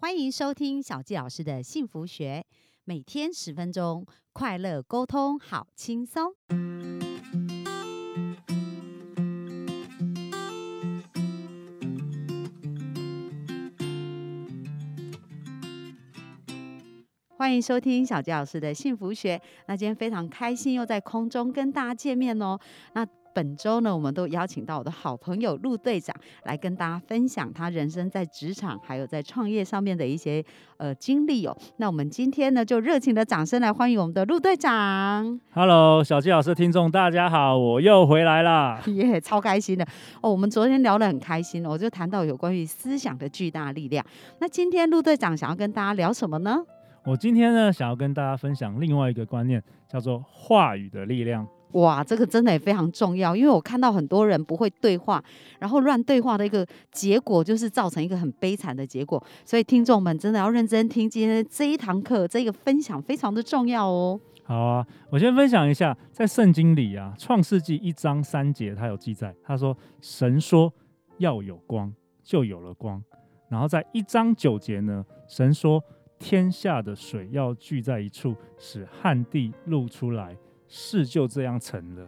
欢迎收听小纪老师的幸福学，每天十分钟，快乐沟通，好轻松。欢迎收听小纪老师的幸福学。那今天非常开心，又在空中跟大家见面哦。那本周呢，我们都邀请到我的好朋友陆队长来跟大家分享他人生在职场还有在创业上面的一些呃经历哦。那我们今天呢，就热情的掌声来欢迎我们的陆队长， Hello，小纪老师，听众大家好，我又回来啦。耶、超开心的哦。我们昨天聊得很开心哦，我就谈到有关于思想的巨大力量。那今天陆队长想要跟大家聊什么呢？我今天呢，想要跟大家分享另外一个观念，叫做话语的力量。哇，这个真的也非常重要，因为我看到很多人不会对话，然后乱对话的一个结果就是造成一个很悲惨的结果。所以听众们真的要认真听今天这一堂课，这个分享非常的重要哦。好啊，我先分享一下，在圣经里啊，《创世纪》一章三节，它有记载，他说：“神说要有光，就有了光。”然后在一章九节呢，神说：“天下的水要聚在一处，使旱地露出来。”事就这样成了。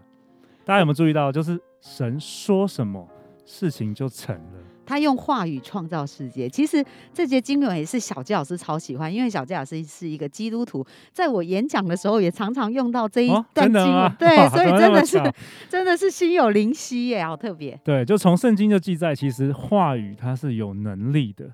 大家有没有注意到，就是神说什么，事情就成了。他用话语创造世界。其实这节经文也是小纪老师超喜欢，因为小纪老师是一个基督徒，在我演讲的时候也常常用到这一 哦段真经的文，吗哦对，哇所以怎么那真么的是巧 真的是心有灵犀耶，好特别。对，就从圣经就记载，其实话语它是有能力的。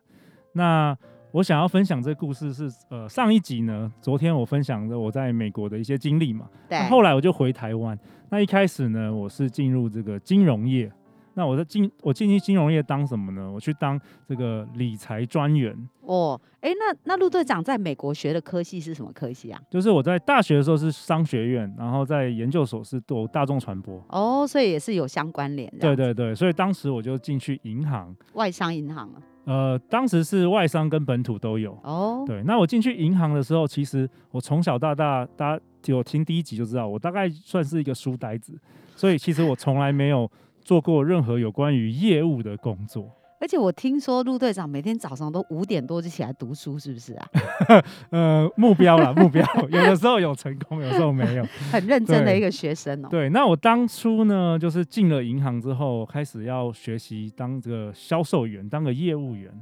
那我想要分享这故事是，呃，上一集呢，昨天我分享的我在美国的一些经历嘛。对，那后来我就回台湾。那一开始呢，我是进入这个金融业。那我在进我进去金融业当什么呢？我去当这个理财专员。哦，哎，那那陆队长在美国学的科系是什么科系啊？就是我在大学的时候是商学院，然后在研究所是读大众传播。哦，所以也是有相关联的，对，对对，所以当时我就进去银行，外商银行啊，呃，当时是外商跟本土都有。哦，对，那我进去银行的时候，其实我从小到大，大家有听第一集就知道，我大概算是一个书呆子，所以其实我从来没有做过任何有关于业务的工作。而且我听说陆队长每天早上都五点多就起来读书，是不是 啊？呃，目标啦，目标，有的时候有成功，有时候没有。很认真的对一个学生哦。对，那我当初呢，就是进了银行之后，开始要学习当这个销售员，当个业务员。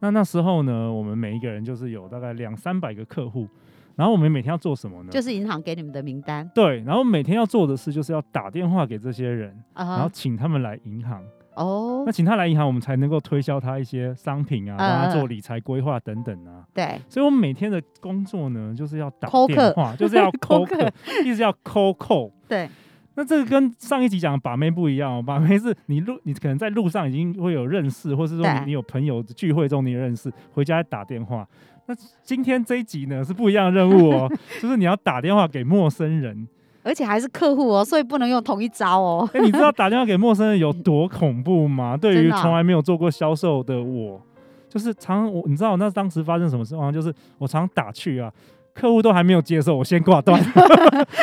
那那时候呢，我们每一个人就是有大概两三百个客户，然后我们每天要做什么呢？就是银行给你们的名单对，然后每天要做的事就是要打电话给这些人，啊然后哈，请他们来银行。哦那，请他来银行，我们才能够推销他一些商品啊，帮嗯嗯他做理财规划等等啊。对，所以我们每天的工作呢，就是要打抠客电话，就 是要抠扣客客，一直要扣扣。对，那那这个跟上一集讲的把妹不一样、哦，把妹是你路你可能在路上已经会有认识，或是说对你你有朋友聚会中你有认识，回家打电话。那今天这一集呢是不一样的任务 哦，就是你要打电话给陌生人。而且还是客户哦，所以不能用同一招 哦。哎、你知道打电话给陌生人有多恐怖吗？ 对真于的啊从来没有做过销售的我，就是常我你知道那当时发生什么事吗？就是我常打去啊。客户都还没有接受，我先挂断。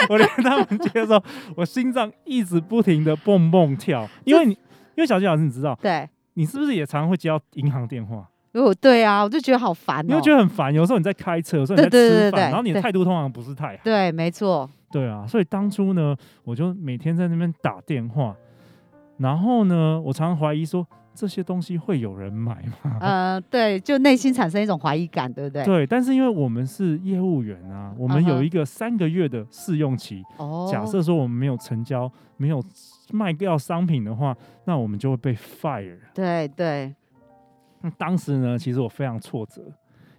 我连他们接受，我心脏一直不停的蹦蹦跳，因为你，因为小纪老师，你知道，对，你是不是也常会接到银行电话？因为我对啊，我就觉得好烦你哦会。觉得很烦。有时候你在开车，有时候你在对对对对吃饭，对然后你的对态度通常不是太好。对，没错，对啊，所以当初呢，我就每天在那边打电话，然后呢，我常常怀疑说这些东西会有人买吗？呃，对，就内心产生一种怀疑感，对不对？啊对，但是因为我们是业务员啊，我们嗯有哼一个三个月的试用期。哦，假设说我们没有成交、没有卖掉商品的话，那我们就会被 fire。对对，那当时呢，其实我非常挫折，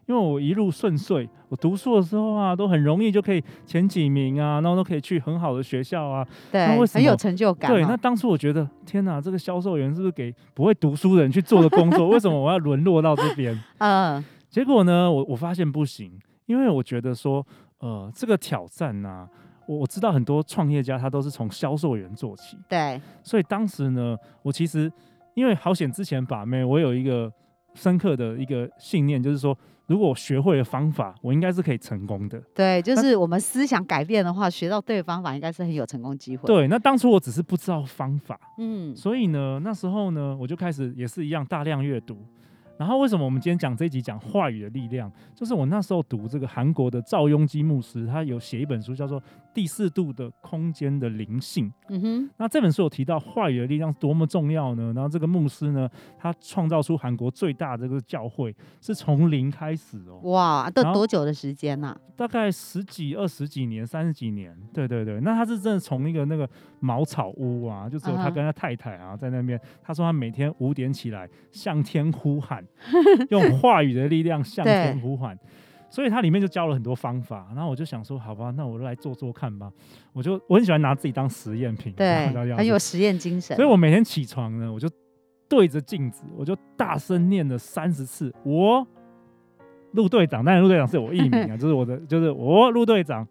因为我一路顺遂，我读书的时候啊，都很容易就可以前几名啊，然后都可以去很好的学校啊，为对，什很有么成就感哦。对，那当初我觉得，天哪，这个销售员是不是给不会读书的人去做的工作？为 什么我要沦落到这边？嗯，结果呢，我我发现不行，因为我觉得说，呃，这个挑战呐、我我知道很多创业家他都是从销售员做起，对，所以当时呢，我其实因为好险之前把妹，我有一个深刻的一个信念，就是说，如果我学会了方法，我应该是可以成功的。对，就那是我们思想改变的话，学到对的方法，应该是很有成功机会。，对，那当初我只是不知道方法，嗯，所以呢，那时候呢，我就开始也是一样大量阅读，然后为什么我们今天讲这一集讲话语的力量？就是我那时候读这个韩国的赵庸基牧师，他有写一本书叫做《第四度的空间的灵性》。嗯哼，那这本书有提到话语的力量是多么重要呢？然后这个牧师呢，他创造出韩国最大的这个教会是从零开始哦，哇，都然后多久的时间啊呐、大概十几、二十几年、三十几年。对对对，那他是真的从一个那个茅草屋啊，就只嗯有他哼跟他太太啊在那边。他说他每天五点起来向天 呼喊，用话语的力量向天对呼喊。所以它里面就教了很多方法，然后我就想说，好吧，那我来做做看吧。我就我很喜欢拿自己当实验品，对 然后这，样很子有实验精神。所以我每天起床呢，我就对着镜子，我就大声念了三十次，我陆队长，当然陆队长是我艺名啊，就是我的， 就是我陆队长，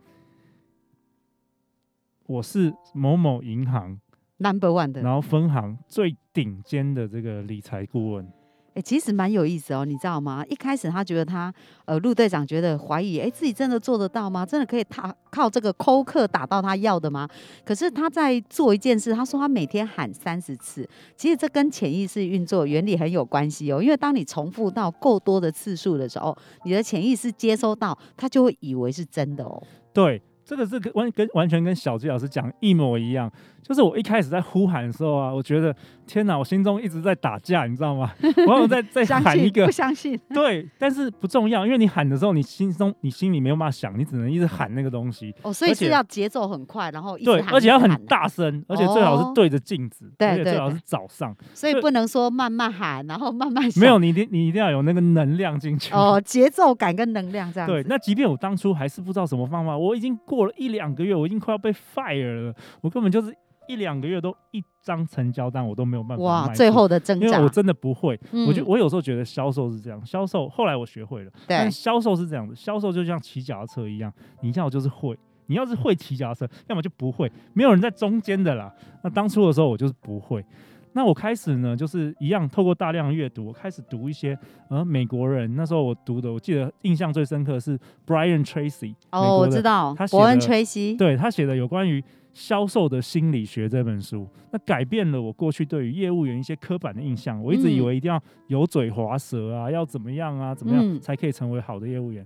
我是某某银行， Number One 的，然后分行最顶尖的这个理财顾问，哎、其实蛮有意思哦，你知道吗？一开始他觉得他，呃，陆队长觉得怀疑，哎、自己真的做得到吗？真的可以他靠这个扣客打到他要的吗？可是他在做一件事，他说他每天喊三十次，其实这跟潜意识运作原理很有关系哦。因为当你重复到够多的次数的时候，你的潜意识接收到，他就会以为是真的哦。对。这个是跟完跟完全跟小纪老师讲一模一样，就是我一开始在呼喊的时候啊，我觉得天哪，我心中一直在打架，你知道吗？我有在在相喊信一个不相信？ 对，但是不重要，因为你喊的时候，你心中你心里没有办法想，你只能一直喊那个东西。哦，所以而是且要节奏很快，然后一直对，喊而一且直要很喊大声，而且最好是对着镜子，对而且对最好是对早上。所以对不能说慢慢喊，然后慢慢想没有，你一定你一定要有那个能量进 去。哦，节奏感跟能量这样子。对，那即便我当初还是不知道什么方法，我已经过了一两个月，我已经快要被 fire 了，我根本就是一两个月都一张成交单我都没有办法卖哇，出最后的挣因扎为我，真的不会，嗯我就我有时候觉得销售是这样，销售后来我学会了。但对销售是这样的，销售就像骑脚踏车一样，你要就是会，你要是会骑脚踏车，要么就不会，没有人在中间的啦。那当初的时候我就是不会，那我开始呢，就是一样透过大量的阅读，我开始读一些呃美国人，那时候我读的，我记得印象最深刻的是 Brian Tracy，美哦，国我的知道他，写伯恩的崔西， 对他写的有关于销售的心理学这本书，那改变了我过去对于业务员一些刻板的印象。我一直以嗯为一定要油嘴滑舌啊，要怎么样啊，怎么样嗯才可以成为好的业务员。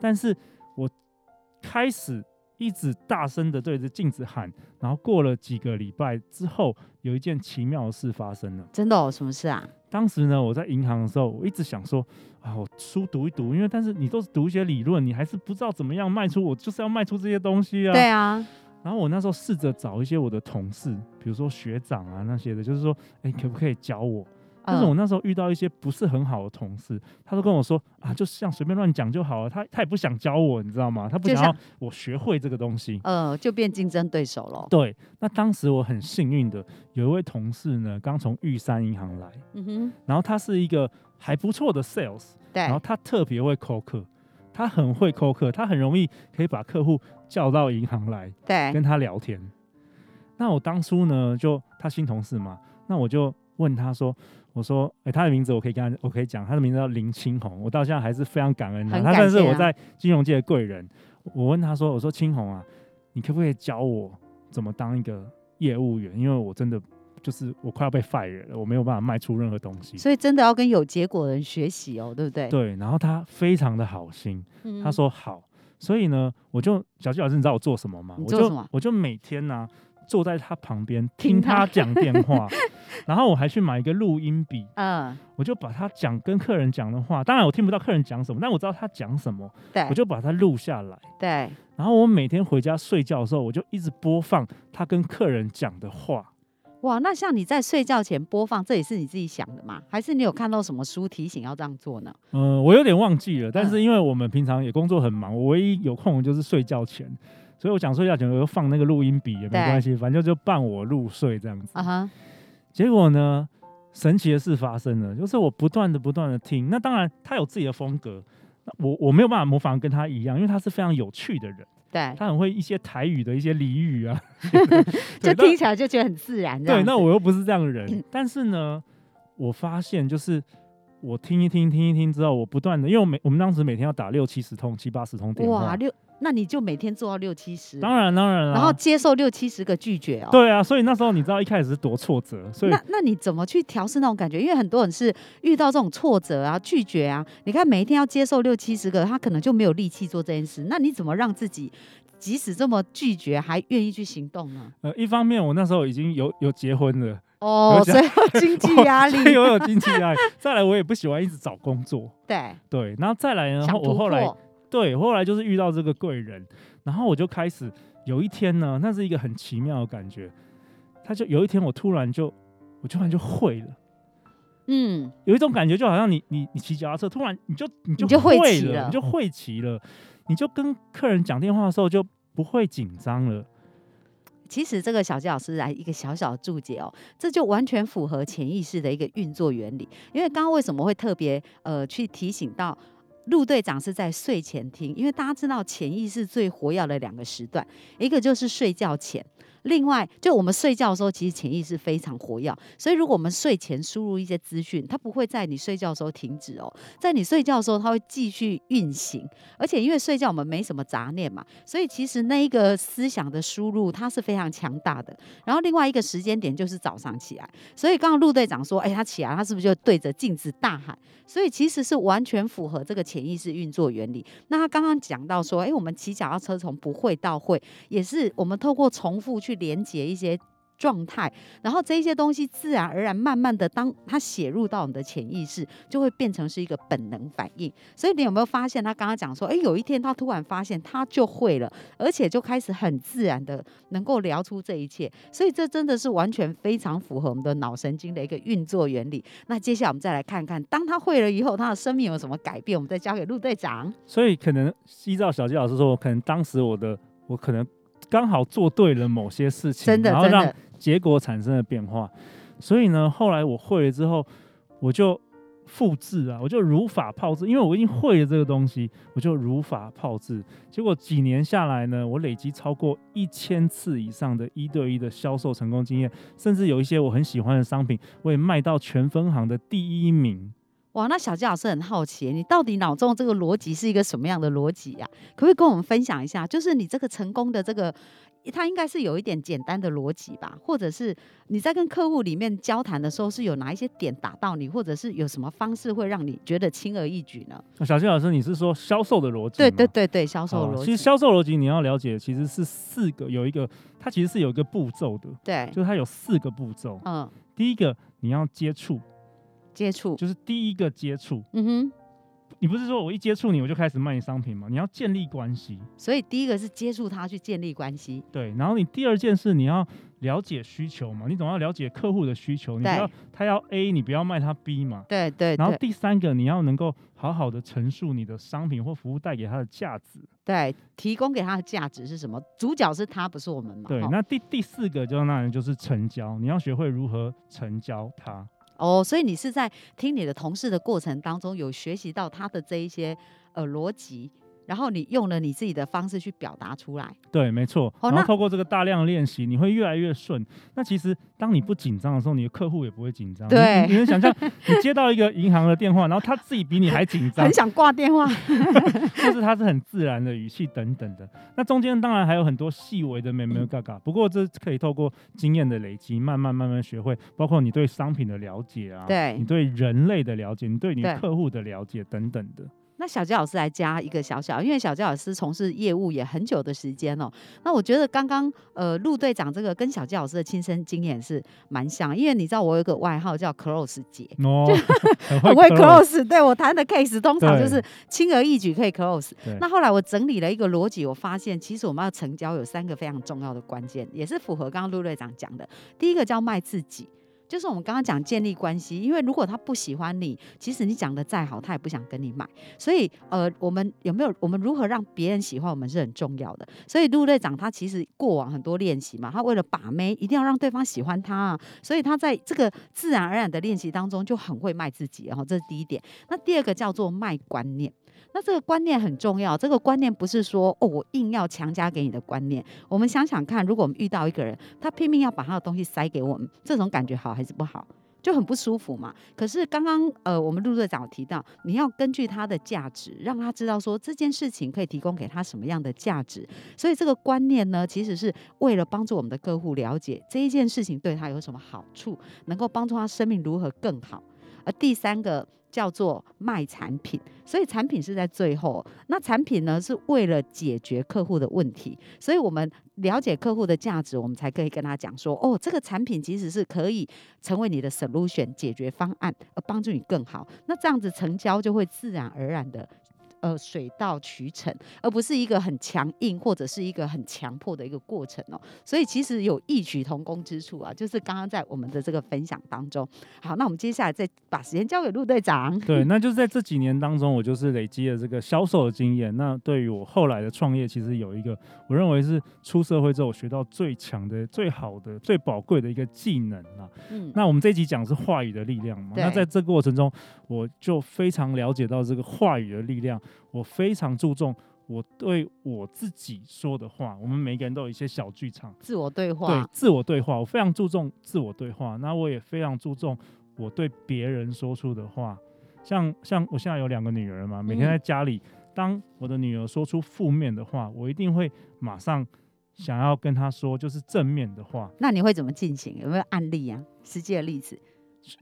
但是我开始一直大声的对着镜子喊，然后过了几个礼拜之后，有一件奇妙的事发生了。真的哦，什么事啊？当时呢，我在银行的时候，我一直想说啊，我书读一读，因为但是你都是读一些理论，你还是不知道怎么样卖出，我就是要卖出这些东西啊。对啊，然后我那时候试着找一些我的同事，比如说学长啊那些的，就是说，哎，可不可以教我？但是我嗯，那时候遇到一些不是很好的同事，他都跟我说啊，就像随便乱讲就好了。啊他他也不想教我，你知道吗？他不就想要像我学会这个东西。呃，就变竞争对手了。对，那当时我很幸运的，有一位同事呢，刚从玉山银行来，嗯哼，然后他是一个还不错的 sales，然后对，他特别会扣客，他很会扣客，他很容易可以把客户叫到银行来，对，跟他聊天。那我当初呢，就他新同事嘛，那我就问他说：“我说，哎、他的名字我可以跟他，我可以讲，他的名字叫林青红，我到现在还是非常感恩他，很他感算是谢我啊在金融界的贵人。”我问他说：“我说青红啊，你可不可以教我怎么当一个业务员？因为我真的就是我快要被 fire 了，我没有办法卖出任何东西。”所以真的要跟有结果的人学习哦，对不对？对，然后他非常的好心，嗯他，说好，所以呢，我就小纪老师，你知道我做什么吗？你我做什就么我就每天呢、坐在他旁边听听他他讲电 话，然后我还去买一个录音笔，嗯，我就把他讲跟客人讲的话，当然我听不到客人讲什么，但我知道他讲什么，对我，就把它录下来。对，然后我每天回家睡觉的时候，我就一直播放他跟客人讲的话。哇，那像你在睡觉前播放，这也是你自己想的吗？还是你有看到什么书提醒要这样做呢？嗯，我有点忘记了，但嗯是因为我们平常也工作很忙，我唯一有空就是睡觉前，所以我想睡觉前我就放那个录音笔也没对关系，反正就伴我入睡这样子。啊哈，结果呢，神奇的事发生了，就是我不断的不断的听，那当然他有自己的风格。那我我没有办法模仿跟他一样，因为他是非常有趣的人，对，他很会一些台语的一些俚 语啊，就对听起来就觉得很自然。那这样嗯对，那子我又不是这样的人，但是呢，我发现就是我听一听，听一听之后，我不断的，因为我每我们当时每天要打六七十通、七八十通电哇，话，六，那你就每天做到六七十，当然当然啦，然后接受六七十个拒绝哦。啊对啊，所以那时候你知道一开始是多挫折，所以那那你怎么去调试那种感觉？因为很多人是遇到这种挫折啊、拒绝啊，你看每一天要接受六七十个，他可能就没有力气做这件事。那你怎么让自己即使这么拒绝，还愿意去行动呢？呃，一方面我那时候已经有有结婚了，哦有，所讲以有经济压力， 所以我有经济 压力。再来，我也不喜欢一直找工作，对，对。然后再来呢，想我突后来破，对，后来就是遇到这个贵人，然后我就开始有一天呢，那是一个很奇妙的感觉，他就有一天我突然就，我突然就会了。嗯，有一种感觉，就好像你你你骑脚踏车，突然你就你就你就会骑了，了你就会骑了，你就跟客人讲电话的时候就不会紧张了。其实这个小纪老师来一个小小的注解哦，这就完全符合潜意识的一个运作原理。因为刚刚为什么会特别呃去提醒到陆队长是在睡前听？因为大家知道潜意识最活跃的两个时段，一个就是睡觉前。另外，就我们睡觉的时候，其实潜意识非常活跃，所以如果我们睡前输入一些资讯，它不会在你睡觉的时候停止哦，在你睡觉的时候，它会继续运行。而且因为睡觉我们没什么杂念嘛，所以其实那一个思想的输入它是非常强大的。然后另外一个时间点就是早上起来，所以刚刚陆队长说，哎，他起来，他是不是就对着镜子大喊？所以其实是完全符合这个潜意识运作原理。那他刚刚讲到说，哎，我们骑脚踏车从不会到会，也是我们透过重复去连接一些。状态，然后这一些东西自然而然、慢慢的，当它写入到我们的潜意识，就会变成是一个本能反应。所以你有没有发现，他刚刚讲说，哎，有一天他突然发现他就会了，而且就开始很自然的能够聊出这一切，所以这真的是完全非常符合我们的脑神经的一个运作原理。那接下来我们再来看看，当他会了以后，他的生命有什么改变？我们再交给陆队长。所以可能依照小纪老师说，我可能当时我的我可能刚好做对了某些事情，真的然后真让的结果产生了变化。所以呢，后来我会了之后，我就复制啊，我就如法炮制，因为我已经会了这个东西，我就如法炮制。结果几年下来呢，我累积超过一千次以上的一对一的销售成功经验，甚至有一些我很喜欢的商品，我也卖到全分行的第一名。哇，那小纪老师很好奇，你到底脑中这个逻辑是一个什么样的逻辑呀、可不可以跟我们分享一下？就是你这个成功的这个，它应该是有一点简单的逻辑吧，或者是你在跟客户里面交谈的时候，是有哪一些点打到你，或者是有什么方式会让你觉得轻而易举呢？小纪老师，你是说销售的逻辑对吗？对对对，销售好逻辑，哦其实销售逻辑你要了解，其实是四个，有一个它其实是有一个步骤的，对，就是它有四个步骤。嗯，第一个你要接触，接触，就是第一个接触，嗯哼，你不是说我一接触你我就开始卖你商品吗？你要建立关系，所以第一个是接触他去建立关系，对。然后你第二件事你要了解需求嘛，你总要了解客户的需求，你不对要他要 A，你不要卖他 B 嘛。对对然后对第三个，你要能够好好的陈述你的商品或服务带给他的价值。对，提供给他的价值是什么？主角是他，不是我们嘛？对，哈那第第四个就当然就是成交，你要学会如何成交它。哦，所以你是在听你的同事的过程当中，有学习到他的这一些呃逻辑，然后你用了你自己的方式去表达出来。对，没错。哦然后那透过这个大量练习，你会越来越顺。那其实当你不紧张的时候，你的客户也不会紧张。你对你你能想象你接到一个银行的电话，然后他自己比你还紧 张很，想挂电话，就是他是很自然的语气等等的。那中间当然还有很多细微的没没嘎嘎，不过这可以透过经验的累积，慢慢慢慢学会，包括你对商品的了解啊，对你对人类的了解，你对你对客户的了解等等的。那小杰老师来加一个小小，因为小杰老师从事业务也很久的时间哦。那我觉得刚刚呃陆队长这个跟小杰老师的亲身经验是蛮像，因为你知道我有一个外号叫 close 姐， 哦，很很会 close close，对我谈的 case 通常就是轻而易举可以 close 对。那后来我整理了一个逻辑，我发现其实我们要成交有三个非常重要的关键，也是符合刚刚陆队长讲的。第一个叫卖自己。就是我们刚刚讲建立关系，因为如果他不喜欢你，其实你讲的再好，他也不想跟你买。所以，呃，我们有没有我们如何让别人喜欢我们是很重要的。所以陆队长他其实过往很多练习嘛，他为了把妹，一定要让对方喜欢他啊、所以他在这个自然而然的练习当中就很会卖自己，然后这是第一点。那第二个叫做卖观念。那这个观念很重要，这个观念不是说哦，我硬要强加给你的观念。我们想想看，如果我们遇到一个人，他拼命要把他的东西塞给我们，这种感觉好还是不好？就就很不舒服嘛。可是刚刚呃，我们陆队长有提到，你要根据它的价值，让他知道说这件事情可以提供给他什么样的价值。所以这个观念呢，其实是为了帮助我们的客户了解这一件事情对他有什么好处，能够帮助他生命如何更好。而第三个叫做卖产品，所以产品是在最后。那产品呢，是为了解决客户的问题，所以我们了解客户的价值，我们才可以跟他讲说，哦，这个产品其实是可以成为你的 solution 解决方案，而帮助你更好。那这样子成交就会自然而然的。呃，水到渠成，而不是一个很强硬或者是一个很强迫的一个过程哦。所以其实有异曲同工之处啊，就是刚刚在我们的这个分享当中。好，那我们接下来再把时间交给陆队长。对，那就是在这几年当中，我就是累积了这个销售的经验。那对于我后来的创业，其实有一个我认为是出社会之后我学到最强的、最好的、最宝贵的一个技能啊。嗯，那我们这一集讲是话语的力量嘛？对那在这过程中，我就非常了解到这个话语的力量。我非常注重我对我自己说的话。我们每个人都有一些小剧场，自我对话，对自我对话，我非常注重自我对话。那我也非常注重我对别人说出的话。像像我现在有两个女儿嘛，每天嗯在家里，当我的女儿说出负面的话，我一定会马上想要跟她说就是正面的话。那你会怎么进行？有没有案例啊？实际的例子？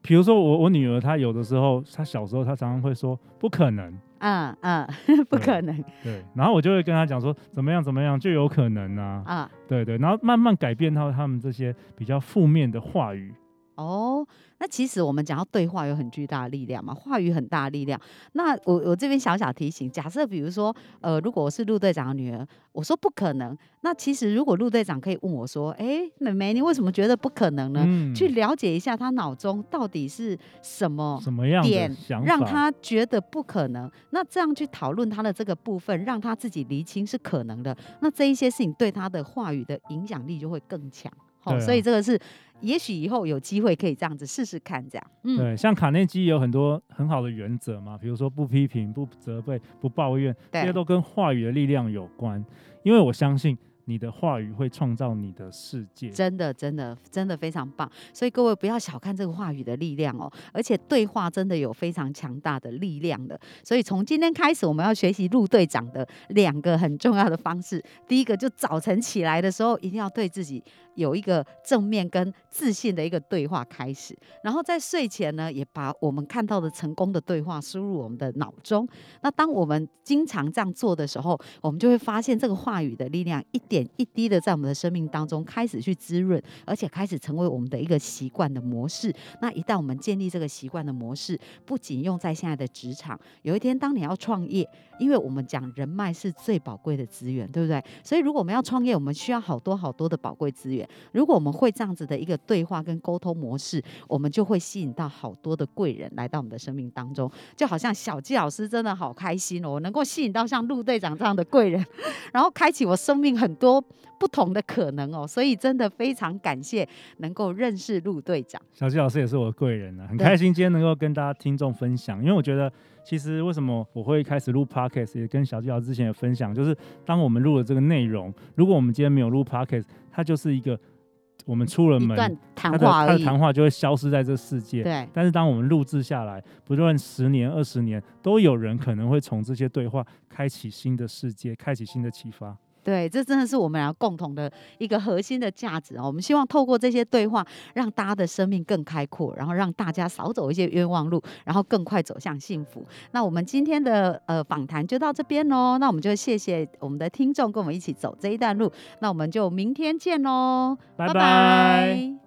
比如说我我女儿她有的时候，她小时候她常常会说不 可能，嗯嗯，不可能对，然后我就会跟她讲说怎么样怎么样就有可能啊，啊！对对，然后慢慢改变到他们这些比较负面的话语。哦，那其实我们讲到对话有很巨大的力量嘛，话语很大的力量。那我我这边小小提醒，假设比如说，呃，如果我是陆队长的女儿，我说不可能，那其实如果陆队长可以问我说，哎，妹妹，你为什么觉得不可能呢？嗯去了解一下他脑中到底是什么什么样的点想法？让他觉得不可能，那这样去讨论他的这个部分，让他自己厘清是可能的，那这一些事情对他的话语的影响力就会更强。好、对啊所以这个是，也许以后有机会可以这样子试试看，这样，嗯，对，像卡内基也有很多很好的原则嘛，比如说不批评、不责备、不抱怨，这些对，都跟话语的力量有关。因为我相信你的话语会创造你的世界。真的，真的，真的非常棒。所以各位不要小看这个话语的力量哦，而且对话真的有非常强大的力量的。所以从今天开始，我们要学习陆队长的两个很重要的方式。第一个，就早晨起来的时候，一定要对自己有一个正面跟自信的一个对话开始。然后在睡前呢，也把我们看到的成功的对话输入我们的脑中。那当我们经常这样做的时候，我们就会发现这个话语的力量一点一滴的在我们的生命当中开始去滋润，而且开始成为我们的一个习惯的模式。那一旦我们建立这个习惯的模式，不仅用在现在的职场，有一天当你要创业，因为我们讲人脉是最宝贵的资源，对不对？所以如果我们要创业，我们需要好多好多的宝贵资源。如果我们会这样子的一个对话跟沟通模式，我们就会吸引到好多的贵人来到我们的生命当中。就好像小纪老师真的好开心哦，我能够吸引到像陆队长这样的贵人， 然后开启我生命很多不同的可能哦。所以真的非常感谢能够认识陆队长。小纪老师也是我的贵人啊，很对开心今天能够跟大家听众分享，因为我觉得其实为什么我会开始录 podcast，也跟小纪老师之前也分享，就是当我们录了这个内容，如果我们今天没有录 podcast，它就是一个我们出了一门，段它谈的话它而的已，谈话就会消失在这世界。对，但是当我们录制下来，不论十年、二十年，都有人可能会从这些对话开启新的世界，开启新的启发。对，这真的是我们俩共同的一个核心的价值哦。我们希望透过这些对话，让大家的生命更开阔，然后让大家少走一些冤枉路，然后更快走向幸福。那我们今天的呃访谈就到这边喽。那我们就谢谢我们的听众跟我们一起走这一段路。那我们就明天见喽，拜拜拜